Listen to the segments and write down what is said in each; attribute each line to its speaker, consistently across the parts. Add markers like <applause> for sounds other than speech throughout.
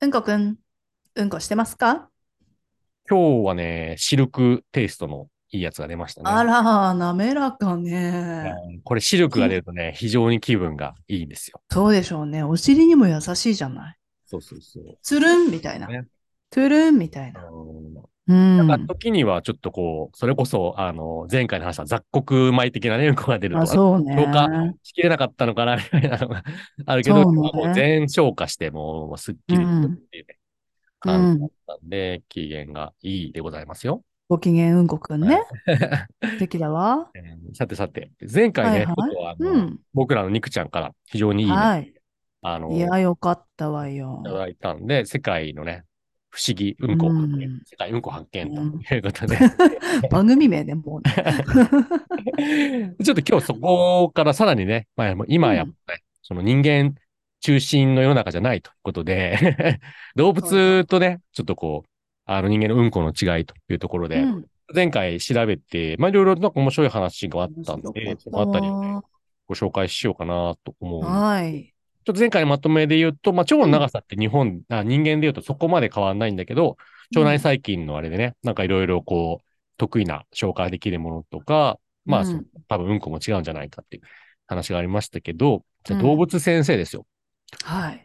Speaker 1: うんこくん、うんこしてますか
Speaker 2: 今日はね、シルクテイストのいいやつが出ました
Speaker 1: あ
Speaker 2: ね。
Speaker 1: ら、滑らか
Speaker 2: は
Speaker 1: ね。
Speaker 2: いこれシルクが出るとね、非常に気分がいいんですよ。
Speaker 1: そうでしょうね。お尻にも優しいじゃない。
Speaker 2: そうそうそう。
Speaker 1: つるんみたいな
Speaker 2: ね。
Speaker 1: トゥルンみたいな。う
Speaker 2: なん
Speaker 1: ん
Speaker 2: か。時にはちょっとこう、それこそ、あの、前回の話した雑穀米的なね、うんこが出ると
Speaker 1: あ、そ
Speaker 2: 消
Speaker 1: うね。
Speaker 2: 化しきれなかったのかな、みたいなのが <laughs> あるけど、
Speaker 1: そうね
Speaker 2: 今はもう全消化して、もうすっきりっていうね
Speaker 1: うん
Speaker 2: 感じだったんで、機嫌がいいでございますよ。
Speaker 1: ご機嫌うんこくんね。素敵だ
Speaker 2: <laughs>
Speaker 1: わ。
Speaker 2: えーさてさて、前回ね、
Speaker 1: はいはい
Speaker 2: ちょっとあの、
Speaker 1: うん。
Speaker 2: 僕らの肉ちゃんから非常にいいね、
Speaker 1: はい。
Speaker 2: あの、
Speaker 1: いや、よかったわよ
Speaker 2: いた。だいたんで、世界のね、不思議うんこを発見、
Speaker 1: うん
Speaker 2: 世界うんこ発見
Speaker 1: うん
Speaker 2: ということで、 <laughs>
Speaker 1: 番組名でもうね。
Speaker 2: ちょっと今日そこからさらにね、まあ、今やっぱね、その人間中心の世の中じゃないということで、 <laughs> 動物とね、ちょっとこう、あの人間のうんこの違いというところで、
Speaker 1: うん
Speaker 2: 前回調べて、まあいろいろなんか面白い話があったん
Speaker 1: 面白か
Speaker 2: で、
Speaker 1: った
Speaker 2: そのあたりをね、ご紹介しようかなと思うんです
Speaker 1: はい。
Speaker 2: ちょっと前回のまとめで言うと、まあ、腸の長さって日本、あ人間で言うとそこまで変わんないんだけど、腸内細菌のあれでね、なんかいろいろこう、得意な消化できるものとか、まあ、
Speaker 1: うん
Speaker 2: そ多分うんこも違うんじゃないかっていう話がありましたけど、じゃあ
Speaker 1: うん
Speaker 2: 動物先生ですよ。
Speaker 1: はい。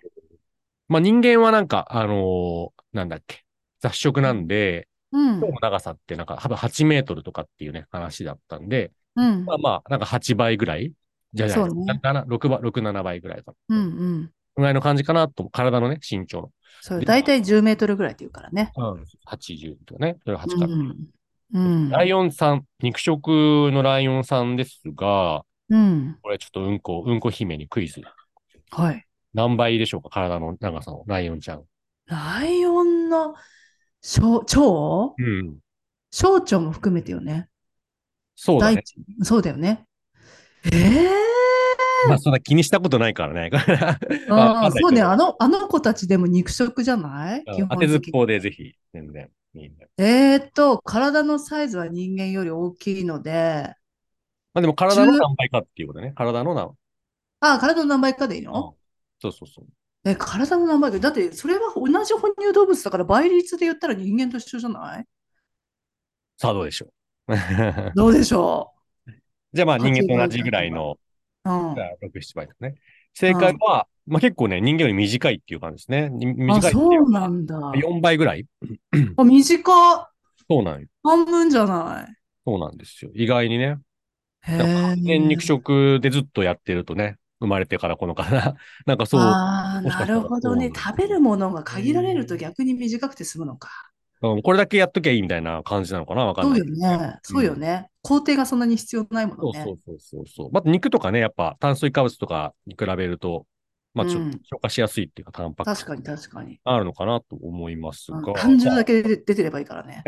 Speaker 2: まあ、人間はなんか、あのーなんだっけ、雑食なんで、
Speaker 1: うん
Speaker 2: 腸。の長さってなんか多分8メートルとかっていうね、話だったんで、
Speaker 1: うん
Speaker 2: ま。あまあ、なんか8倍ぐらいじゃじゃない
Speaker 1: そう
Speaker 2: です
Speaker 1: ね
Speaker 2: か。6倍、6、7倍ぐらいか
Speaker 1: う
Speaker 2: な。
Speaker 1: ん。うん。
Speaker 2: ぐらいの感じかなと、体のね、身長の。
Speaker 1: それ、大体10メートルぐらいって言うからね。
Speaker 2: うん、80とかね、それが8
Speaker 1: う
Speaker 2: から。
Speaker 1: ん。うん。
Speaker 2: ライオンさん、肉食のライオンさんですが、
Speaker 1: うん。
Speaker 2: これちょっとうんこ、うんこ姫にクイズ。
Speaker 1: はい。
Speaker 2: 何倍でしょうか体の長さのライオンちゃん。
Speaker 1: ライオンの小腸
Speaker 2: うん。
Speaker 1: 小腸も含めてよね。
Speaker 2: そうだ
Speaker 1: 大
Speaker 2: ね。
Speaker 1: 腸そうだよね。え
Speaker 2: まあ、そんな気にしたことないからね。
Speaker 1: えー。 <laughs> あ
Speaker 2: わかんな
Speaker 1: あ
Speaker 2: いけ
Speaker 1: そ
Speaker 2: ど
Speaker 1: うね。あの、あの子たちでも肉食じゃない
Speaker 2: うん
Speaker 1: 基
Speaker 2: 当
Speaker 1: 本
Speaker 2: てずっ
Speaker 1: 的に。
Speaker 2: ぽうでぜひ、全然。いいんだよ
Speaker 1: えーっと、体のサイズは人間より大きいので、
Speaker 2: まあでも体の
Speaker 1: 十
Speaker 2: 何倍かっていうことね。体の何倍
Speaker 1: あ、体の何倍かでいいの
Speaker 2: そうそうそう。
Speaker 1: え、体の何倍か。だって、それは同じ哺乳動物だから倍率で言ったら人間と一緒じゃない
Speaker 2: さあどうでしょう。 <laughs>
Speaker 1: どうでしょ
Speaker 2: じゃあまあ人間と同じぐらい
Speaker 1: う。
Speaker 2: の、
Speaker 1: うん。
Speaker 2: 6、7倍とかね。正解は、まあ結構ね、人間より短いっていう感じですね。に短い
Speaker 1: あ、
Speaker 2: ってい
Speaker 1: そう
Speaker 2: か
Speaker 1: なんだ。
Speaker 2: 4倍ぐらい
Speaker 1: あ、短っ。
Speaker 2: そうなんよ
Speaker 1: 半分じゃない。
Speaker 2: そうなんですよ。意外にね。
Speaker 1: へ
Speaker 2: だから
Speaker 1: え。
Speaker 2: 完全肉食でずっとやってるとね、生まれてからこのから、 <laughs> なんかそう、
Speaker 1: ああ、
Speaker 2: もしか
Speaker 1: な
Speaker 2: したら
Speaker 1: るほどね。
Speaker 2: そうなん
Speaker 1: 食
Speaker 2: です
Speaker 1: べるものが限られると逆に短くて済むのか。
Speaker 2: うんこれだけやっときゃいいみたいな感じなのかなわかん
Speaker 1: そう
Speaker 2: ない
Speaker 1: よ。ね。そうよね。工程がそんなに必要ないも
Speaker 2: そ
Speaker 1: の
Speaker 2: うそ
Speaker 1: ね
Speaker 2: う。そうそうそう。また肉とかね、やっぱ炭水化物とかに比べると、まあちょ
Speaker 1: う
Speaker 2: っ
Speaker 1: ん
Speaker 2: と消化しやすいっていうか、タンパク
Speaker 1: 確
Speaker 2: 質
Speaker 1: かに確かに。
Speaker 2: あるのかなと思います
Speaker 1: うん
Speaker 2: が。
Speaker 1: 感情
Speaker 2: <laughs>
Speaker 1: だけで出てればいいからね。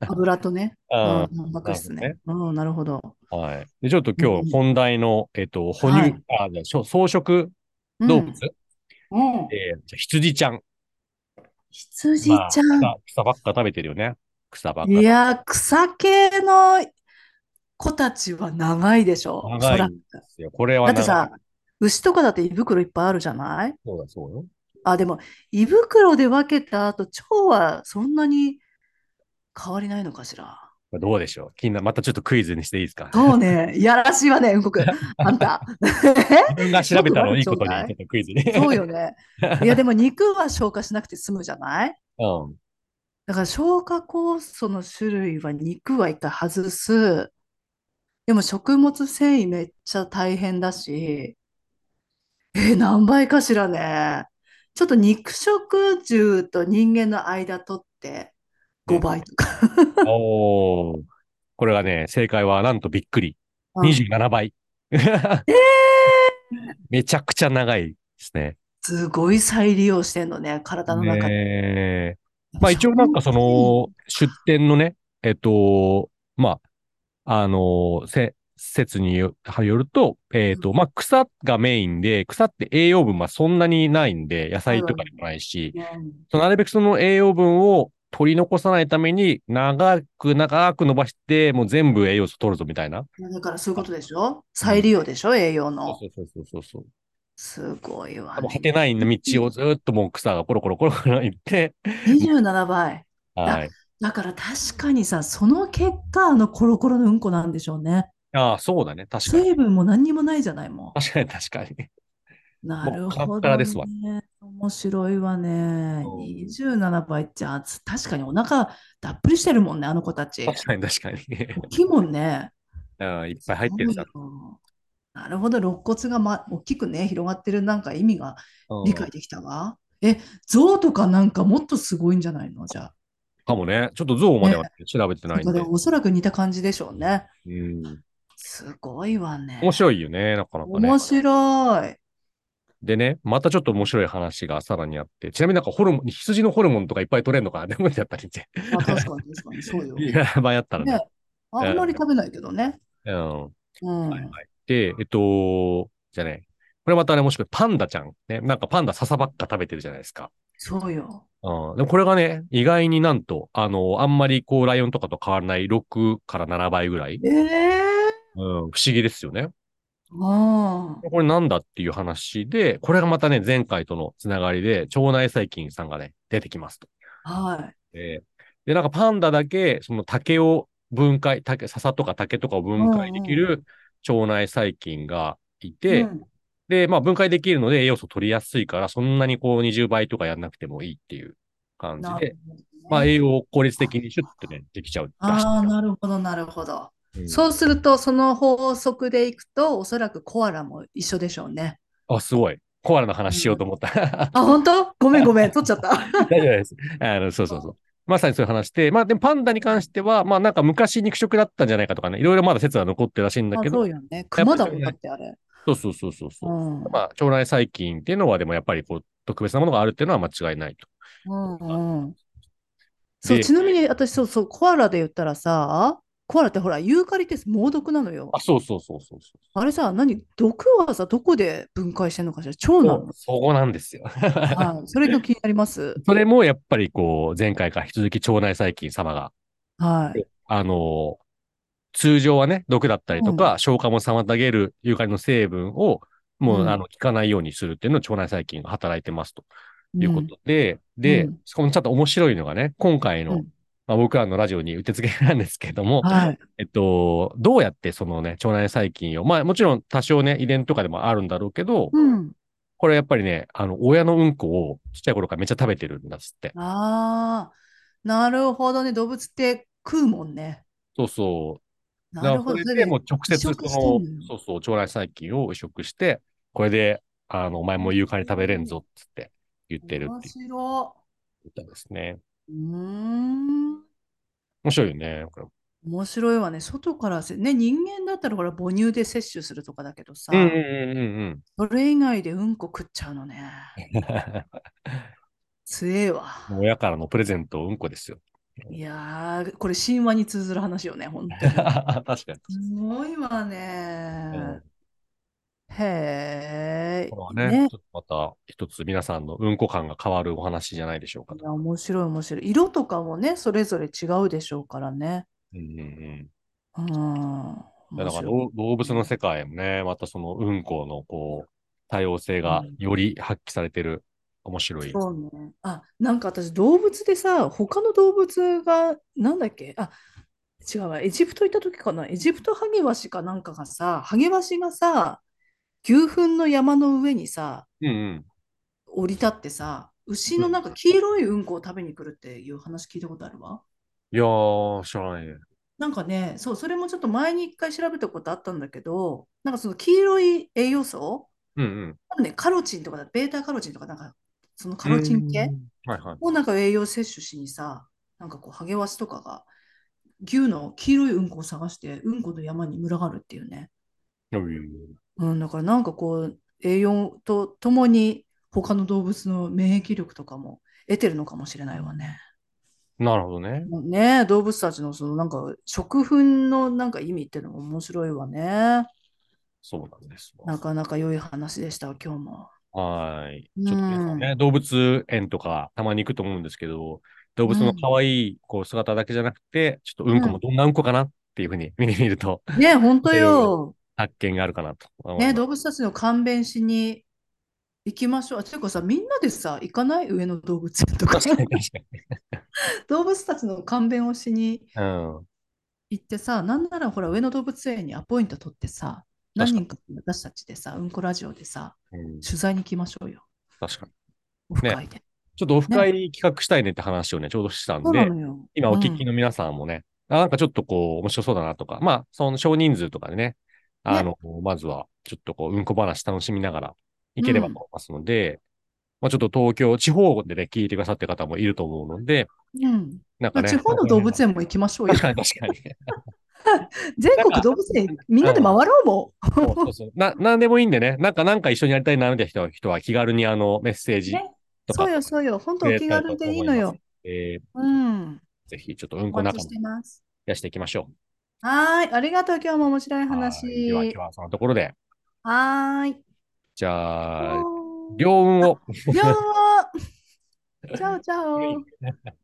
Speaker 1: 油とね。うん
Speaker 2: ああ、
Speaker 1: タンパク質ね。うん、なるほど。
Speaker 2: はい。で、ちょっと今日本題の、えっと、哺
Speaker 1: は
Speaker 2: 乳
Speaker 1: い、
Speaker 2: あ、じゃあしょ草食
Speaker 1: う
Speaker 2: 動
Speaker 1: ん
Speaker 2: 物、。
Speaker 1: うん
Speaker 2: えーじゃあ羊ちゃん。
Speaker 1: 羊ちゃん。
Speaker 2: まあ草草ばっか食べてるよね。草ばっか。
Speaker 1: いやー、草系の子たちは長いでしょ。
Speaker 2: 長
Speaker 1: そ
Speaker 2: い
Speaker 1: らく
Speaker 2: ですよこれは
Speaker 1: だって
Speaker 2: な
Speaker 1: さ、牛とかだって胃袋いっぱいあるじゃない
Speaker 2: そうだそうよ。
Speaker 1: あ、でも胃袋で分けた後、腸はそんなに変わりないのかしら。
Speaker 2: どうでしょう気になまたちょっとクイズにしていいですか
Speaker 1: そうね、いやらしいわね、うんこくん。あんた。
Speaker 2: 自分が調べたのをいいこと
Speaker 1: ち
Speaker 2: に、ち
Speaker 1: ょっと待っ
Speaker 2: ょってとクイズに。
Speaker 1: そうよね。いや、でも肉は消化しなくて済むじゃない
Speaker 2: うん。 <laughs>
Speaker 1: だから消化酵素の種類は肉は一回外す。でも食物繊維めっちゃ大変だし。えー何倍かしらね。ちょっと肉食獣と人間の間取って5倍とか。
Speaker 2: おーこれがね、正解はなんとびっくり。
Speaker 1: うん
Speaker 2: 27倍。 <laughs> めちゃくちゃ長いですね。
Speaker 1: すごい再利用してんのね、体の中で。
Speaker 2: ねえまあ一応なんかその、出店のね、えっと、まあ、あの、せ、説によよると、えっと、まあ草がメインで、草って栄養分はそんなにないんで、野菜とかでもないし、
Speaker 1: うん
Speaker 2: そうなるべくその栄養分を取り残さないために、長く長く伸ばして、もう全部栄養素取るぞみたいな。
Speaker 1: いやだからそういうことでしょ再利用でしょ栄養
Speaker 2: そ
Speaker 1: の。
Speaker 2: うそうそうそうそう。
Speaker 1: すごいわ
Speaker 2: 多分果
Speaker 1: ね。
Speaker 2: てない道をずっともう草がコロコロコロコロ行って、
Speaker 1: 27倍。
Speaker 2: はい。
Speaker 1: だから確かにさ、その結果、あのコロコロのうんこなんでしょうね。
Speaker 2: ああ、そうだね。確かに。
Speaker 1: 成分も何にもないじゃないもん。
Speaker 2: 確かに、確かに。
Speaker 1: なる
Speaker 2: カ
Speaker 1: ほ
Speaker 2: ラカラ
Speaker 1: ど
Speaker 2: ですわ
Speaker 1: ね。面白いわね。
Speaker 2: うん
Speaker 1: 27倍じゃあ、つ確かにお腹だっぷりしてるもんね、あの子たち。
Speaker 2: 確かに、確かに。
Speaker 1: 大きいもんね。
Speaker 2: うん、いっぱい入ってるじゃん。
Speaker 1: そうよなるほど、肋骨が、ま、大きくね、広がってるなんか意味が
Speaker 2: うん
Speaker 1: 理解できたわ。え、象とかなんかもっとすごいんじゃないのじゃあ。
Speaker 2: かもね。ちょっとゾウまでは調べてな
Speaker 1: だ
Speaker 2: い
Speaker 1: か
Speaker 2: んで。
Speaker 1: らおそらく似た感じでしょうね。
Speaker 2: うん。
Speaker 1: すごいわね。
Speaker 2: 面白いよね、なかなかね
Speaker 1: 面。
Speaker 2: <laughs>
Speaker 1: 白い。
Speaker 2: でね、またちょっと面白い話がさらにあって、ちなみになんかホルモン、羊のホルモンとかいっぱい取れるのかな <laughs> でもやったりって。
Speaker 1: あ、確かに確かに、そうよ。
Speaker 2: い
Speaker 1: ね、
Speaker 2: や、場合あったらね。
Speaker 1: ああんまり食べないけどね。
Speaker 2: うん。
Speaker 1: うん。
Speaker 2: はいはい。で、えっと、じゃね、これまたね、もしくはパンダちゃん。ね、なんかパンダ笹ばっか食べてるじゃないですか。
Speaker 1: そうよ。
Speaker 2: うん。でもこれがね、意外になんと、あの、あんまりこう、ライオンとかと変わらない6から7倍ぐらい。
Speaker 1: ええ
Speaker 2: うん、不思議ですよね。
Speaker 1: ああ。
Speaker 2: これなんだっていう話で、これがまたね、前回とのつながりで、腸内細菌さんがね、出てきますと。
Speaker 1: はい。
Speaker 2: で、でなんかパンダだけ、その竹を分解、竹、笹とか竹とかを分解できる腸内細菌がいて、
Speaker 1: うん
Speaker 2: で、まあ分解できるので栄養素取りやすいから、そんなにこう20倍とかやんなくてもいいっていう感じ
Speaker 1: な
Speaker 2: で
Speaker 1: る、ほどね
Speaker 2: まあ栄養を効率的にシュッとね、できちゃうらしい
Speaker 1: ああ、なるほど、なるほど。
Speaker 2: うん
Speaker 1: そうすると、その法則でいくと、おそらくコアラも一緒でしょうね。
Speaker 2: あ、すごい。コアラの話しようと思った。
Speaker 1: あ、本当ごめん、ごめん、取っちゃった。
Speaker 2: 大丈夫です。あの、そうそうそう。まさにそういう話で、まあでもパンダに関しては、まあなんか昔肉食だったんじゃないかとかね、いろいろまだ説は残ってるらしいんだ
Speaker 1: あ
Speaker 2: け
Speaker 1: そ
Speaker 2: ど
Speaker 1: う、よね。熊だもんだってあれ。
Speaker 2: そうそうそうそうそうう。
Speaker 1: ん。
Speaker 2: まあ腸内細菌っていうのはでもやっぱりこう、特別なものがあるっていうのは間違いないと。
Speaker 1: うんうん。そう、
Speaker 2: で
Speaker 1: ちなみに私、そうそう、コアラで言ったらさ、コアラってほら、ユーカリって猛毒なのよ
Speaker 2: あ、。そうそうそうそうそう。
Speaker 1: あれさ、何、毒はさ、どこで分解してんのかしら腸なの
Speaker 2: そこなんですよ。 <laughs>
Speaker 1: はい。それが気になります。
Speaker 2: それもやっぱりこう、前回から引き続き腸内細菌様が、 <laughs>
Speaker 1: はい。
Speaker 2: あのー通常はね、毒だったりとか、消化も妨げるユーカリの成分を、もう、
Speaker 1: うん
Speaker 2: あの、効かないようにするっていうのを腸内細菌が働いてますと
Speaker 1: うん
Speaker 2: いうことで、で、
Speaker 1: うん
Speaker 2: しかもちょっと面白いのがね、今回
Speaker 1: う
Speaker 2: の、
Speaker 1: ん
Speaker 2: まあ、僕らのラジオに受け付けなんですけども、
Speaker 1: はい。
Speaker 2: えっと、どうやってそのね、腸内細菌を、まあもちろん多少ね、遺伝とかでもあるんだろうけど、
Speaker 1: うん。
Speaker 2: これやっぱりね、あの、親のうんこをちっちゃい頃からめっちゃ食べてるんだっつって。
Speaker 1: ああ、なるほどね。動物って食うもんね。
Speaker 2: そうそう。だか
Speaker 1: な
Speaker 2: ら
Speaker 1: るほど。
Speaker 2: こ
Speaker 1: そ
Speaker 2: れ
Speaker 1: れ
Speaker 2: で
Speaker 1: で
Speaker 2: もう直接そ
Speaker 1: 移
Speaker 2: の、
Speaker 1: 植してんのよ
Speaker 2: そうそう、腸内細菌を移植して、これで、あの、お前もユーカリ食べれんぞっつって言ってるっ
Speaker 1: 面
Speaker 2: て
Speaker 1: 白
Speaker 2: 言ったんですね。
Speaker 1: い。うーん。
Speaker 2: 面白いよね。これ
Speaker 1: 面白いわね。外からせ、ね、人間だったらほら母乳で摂取するとかだけどさ、
Speaker 2: うんうんうんうんうん。
Speaker 1: それ以外でうんこ食っちゃうの
Speaker 2: <laughs>
Speaker 1: ね。強えわ。
Speaker 2: もう親からのプレゼント、うんこですよ。
Speaker 1: いやー、これ神話に通ずる話よね、本当に。
Speaker 2: <laughs> 確かに。
Speaker 1: すごいわ
Speaker 2: うん
Speaker 1: ね。へえ。
Speaker 2: これはね、
Speaker 1: ね
Speaker 2: ちょっとまた一つ皆さんのうんこ感が変わるお話じゃないでしょうか
Speaker 1: い
Speaker 2: と。
Speaker 1: や、面白い面白い。色とかもね、それぞれ違うでしょうからね。
Speaker 2: うんうんうん。
Speaker 1: うん。
Speaker 2: だ
Speaker 1: 面
Speaker 2: から
Speaker 1: 白い
Speaker 2: 動動物の世界もね、またそのうんこのこう、多様性がより発揮されてる、面白い。
Speaker 1: そうね。あ、なんか私、動物でさ、他の動物が、なんだっけ、あ、違うわ、エジプト行った時かな、エジプトハゲワシかなんかがさ、ハゲワシがさ、牛糞の山の上にさ、
Speaker 2: うんうん。
Speaker 1: 降り立ってさ、牛のなんか黄色いうんこを食べに来るっていう話聞いたことあるわ。
Speaker 2: いやー、知らないね。
Speaker 1: なんかね、そう、それもちょっと前に一回調べたことあったんだけど、なんかその黄色い栄養素、
Speaker 2: うんうん。
Speaker 1: 多分ね、カロチンとかだ、ベータカロチンとか、なんか、そのカロチン系
Speaker 2: うんはいはい。
Speaker 1: をなんか栄養摂取しにさ、なんかこう、ハゲワシとかが牛の黄色いうんこを探して、うんこの山に群がるっていうね。うん、だからなんかこう、栄養とともに他の動物の免疫力とかも得てるのかもしれないわね。
Speaker 2: なるほどね。
Speaker 1: もうね、動物たちのそのなんか食粉のなんか意味っていうのも面白いわね。
Speaker 2: そうなんですわ。
Speaker 1: なかなか良い話でしたわ、今日も。
Speaker 2: はーい。
Speaker 1: うん
Speaker 2: ちょっと皆さんね、動物園とかたまに行くと思うんですけど、動物の可愛いこう姿だけじゃなくて、ちょっとうんこもどんなうんこかなっていうふうに見てみると <laughs>
Speaker 1: ね、本当よ。
Speaker 2: 発見があるかなと思います
Speaker 1: ね、動物たちの勘弁しに行きましょう。あていうかさ、みんなでさ、行かない上野動物園とか。
Speaker 2: <laughs> 確かに確かに。
Speaker 1: <laughs> 動物たちの勘弁をしに
Speaker 2: うん。
Speaker 1: 行ってさ、なんならほら、上野動物園にアポイント取ってさ、何人か私たちでさ、うんこラジオでさ、
Speaker 2: うん
Speaker 1: 取材に行きましょうよ。
Speaker 2: 確かに。
Speaker 1: オフ会で。
Speaker 2: ちょっとオフ会企画したいねって話をね、ちょうどしたん
Speaker 1: そう
Speaker 2: で
Speaker 1: な、のよ。
Speaker 2: 今お聞
Speaker 1: う
Speaker 2: き
Speaker 1: ん
Speaker 2: の皆さんもね、あなんかちょっとこう、面白そうだなとか、まあ、その少人数とかでね、あの、まずは、ちょっとこう、うんこ話楽しみながらいければと思いますので、まあちょっと東京、地方でね、聞いてくださってる方もいると思うので、
Speaker 1: うん。
Speaker 2: なんかね。
Speaker 1: 地方の動物園も行きましょうよ
Speaker 2: 確。かに確かに。
Speaker 1: 全国動物園みんなで回ろう
Speaker 2: <laughs>
Speaker 1: もん。
Speaker 2: そうそうそう。な、なんでもいいんでね。なんか、なんか一緒にやりたいな、みたいな人は、人は気軽にあの、メッセージ
Speaker 1: ね
Speaker 2: とか。
Speaker 1: そうよ、そうよ。本当お気軽でいいのよ。
Speaker 2: えー
Speaker 1: うん。
Speaker 2: ぜひ、ちょっとうん
Speaker 1: お
Speaker 2: こ
Speaker 1: 待
Speaker 2: 仲
Speaker 1: ち
Speaker 2: 間
Speaker 1: し
Speaker 2: 増
Speaker 1: てます。
Speaker 2: やしていきましょ。
Speaker 1: はーい。ありがとう。今日も面白いう
Speaker 2: はい
Speaker 1: 話。
Speaker 2: では、今日はそのところで。
Speaker 1: はーい。
Speaker 2: じゃあ、
Speaker 1: おー
Speaker 2: 両運を。 <laughs>
Speaker 1: よー。チャオチャオ。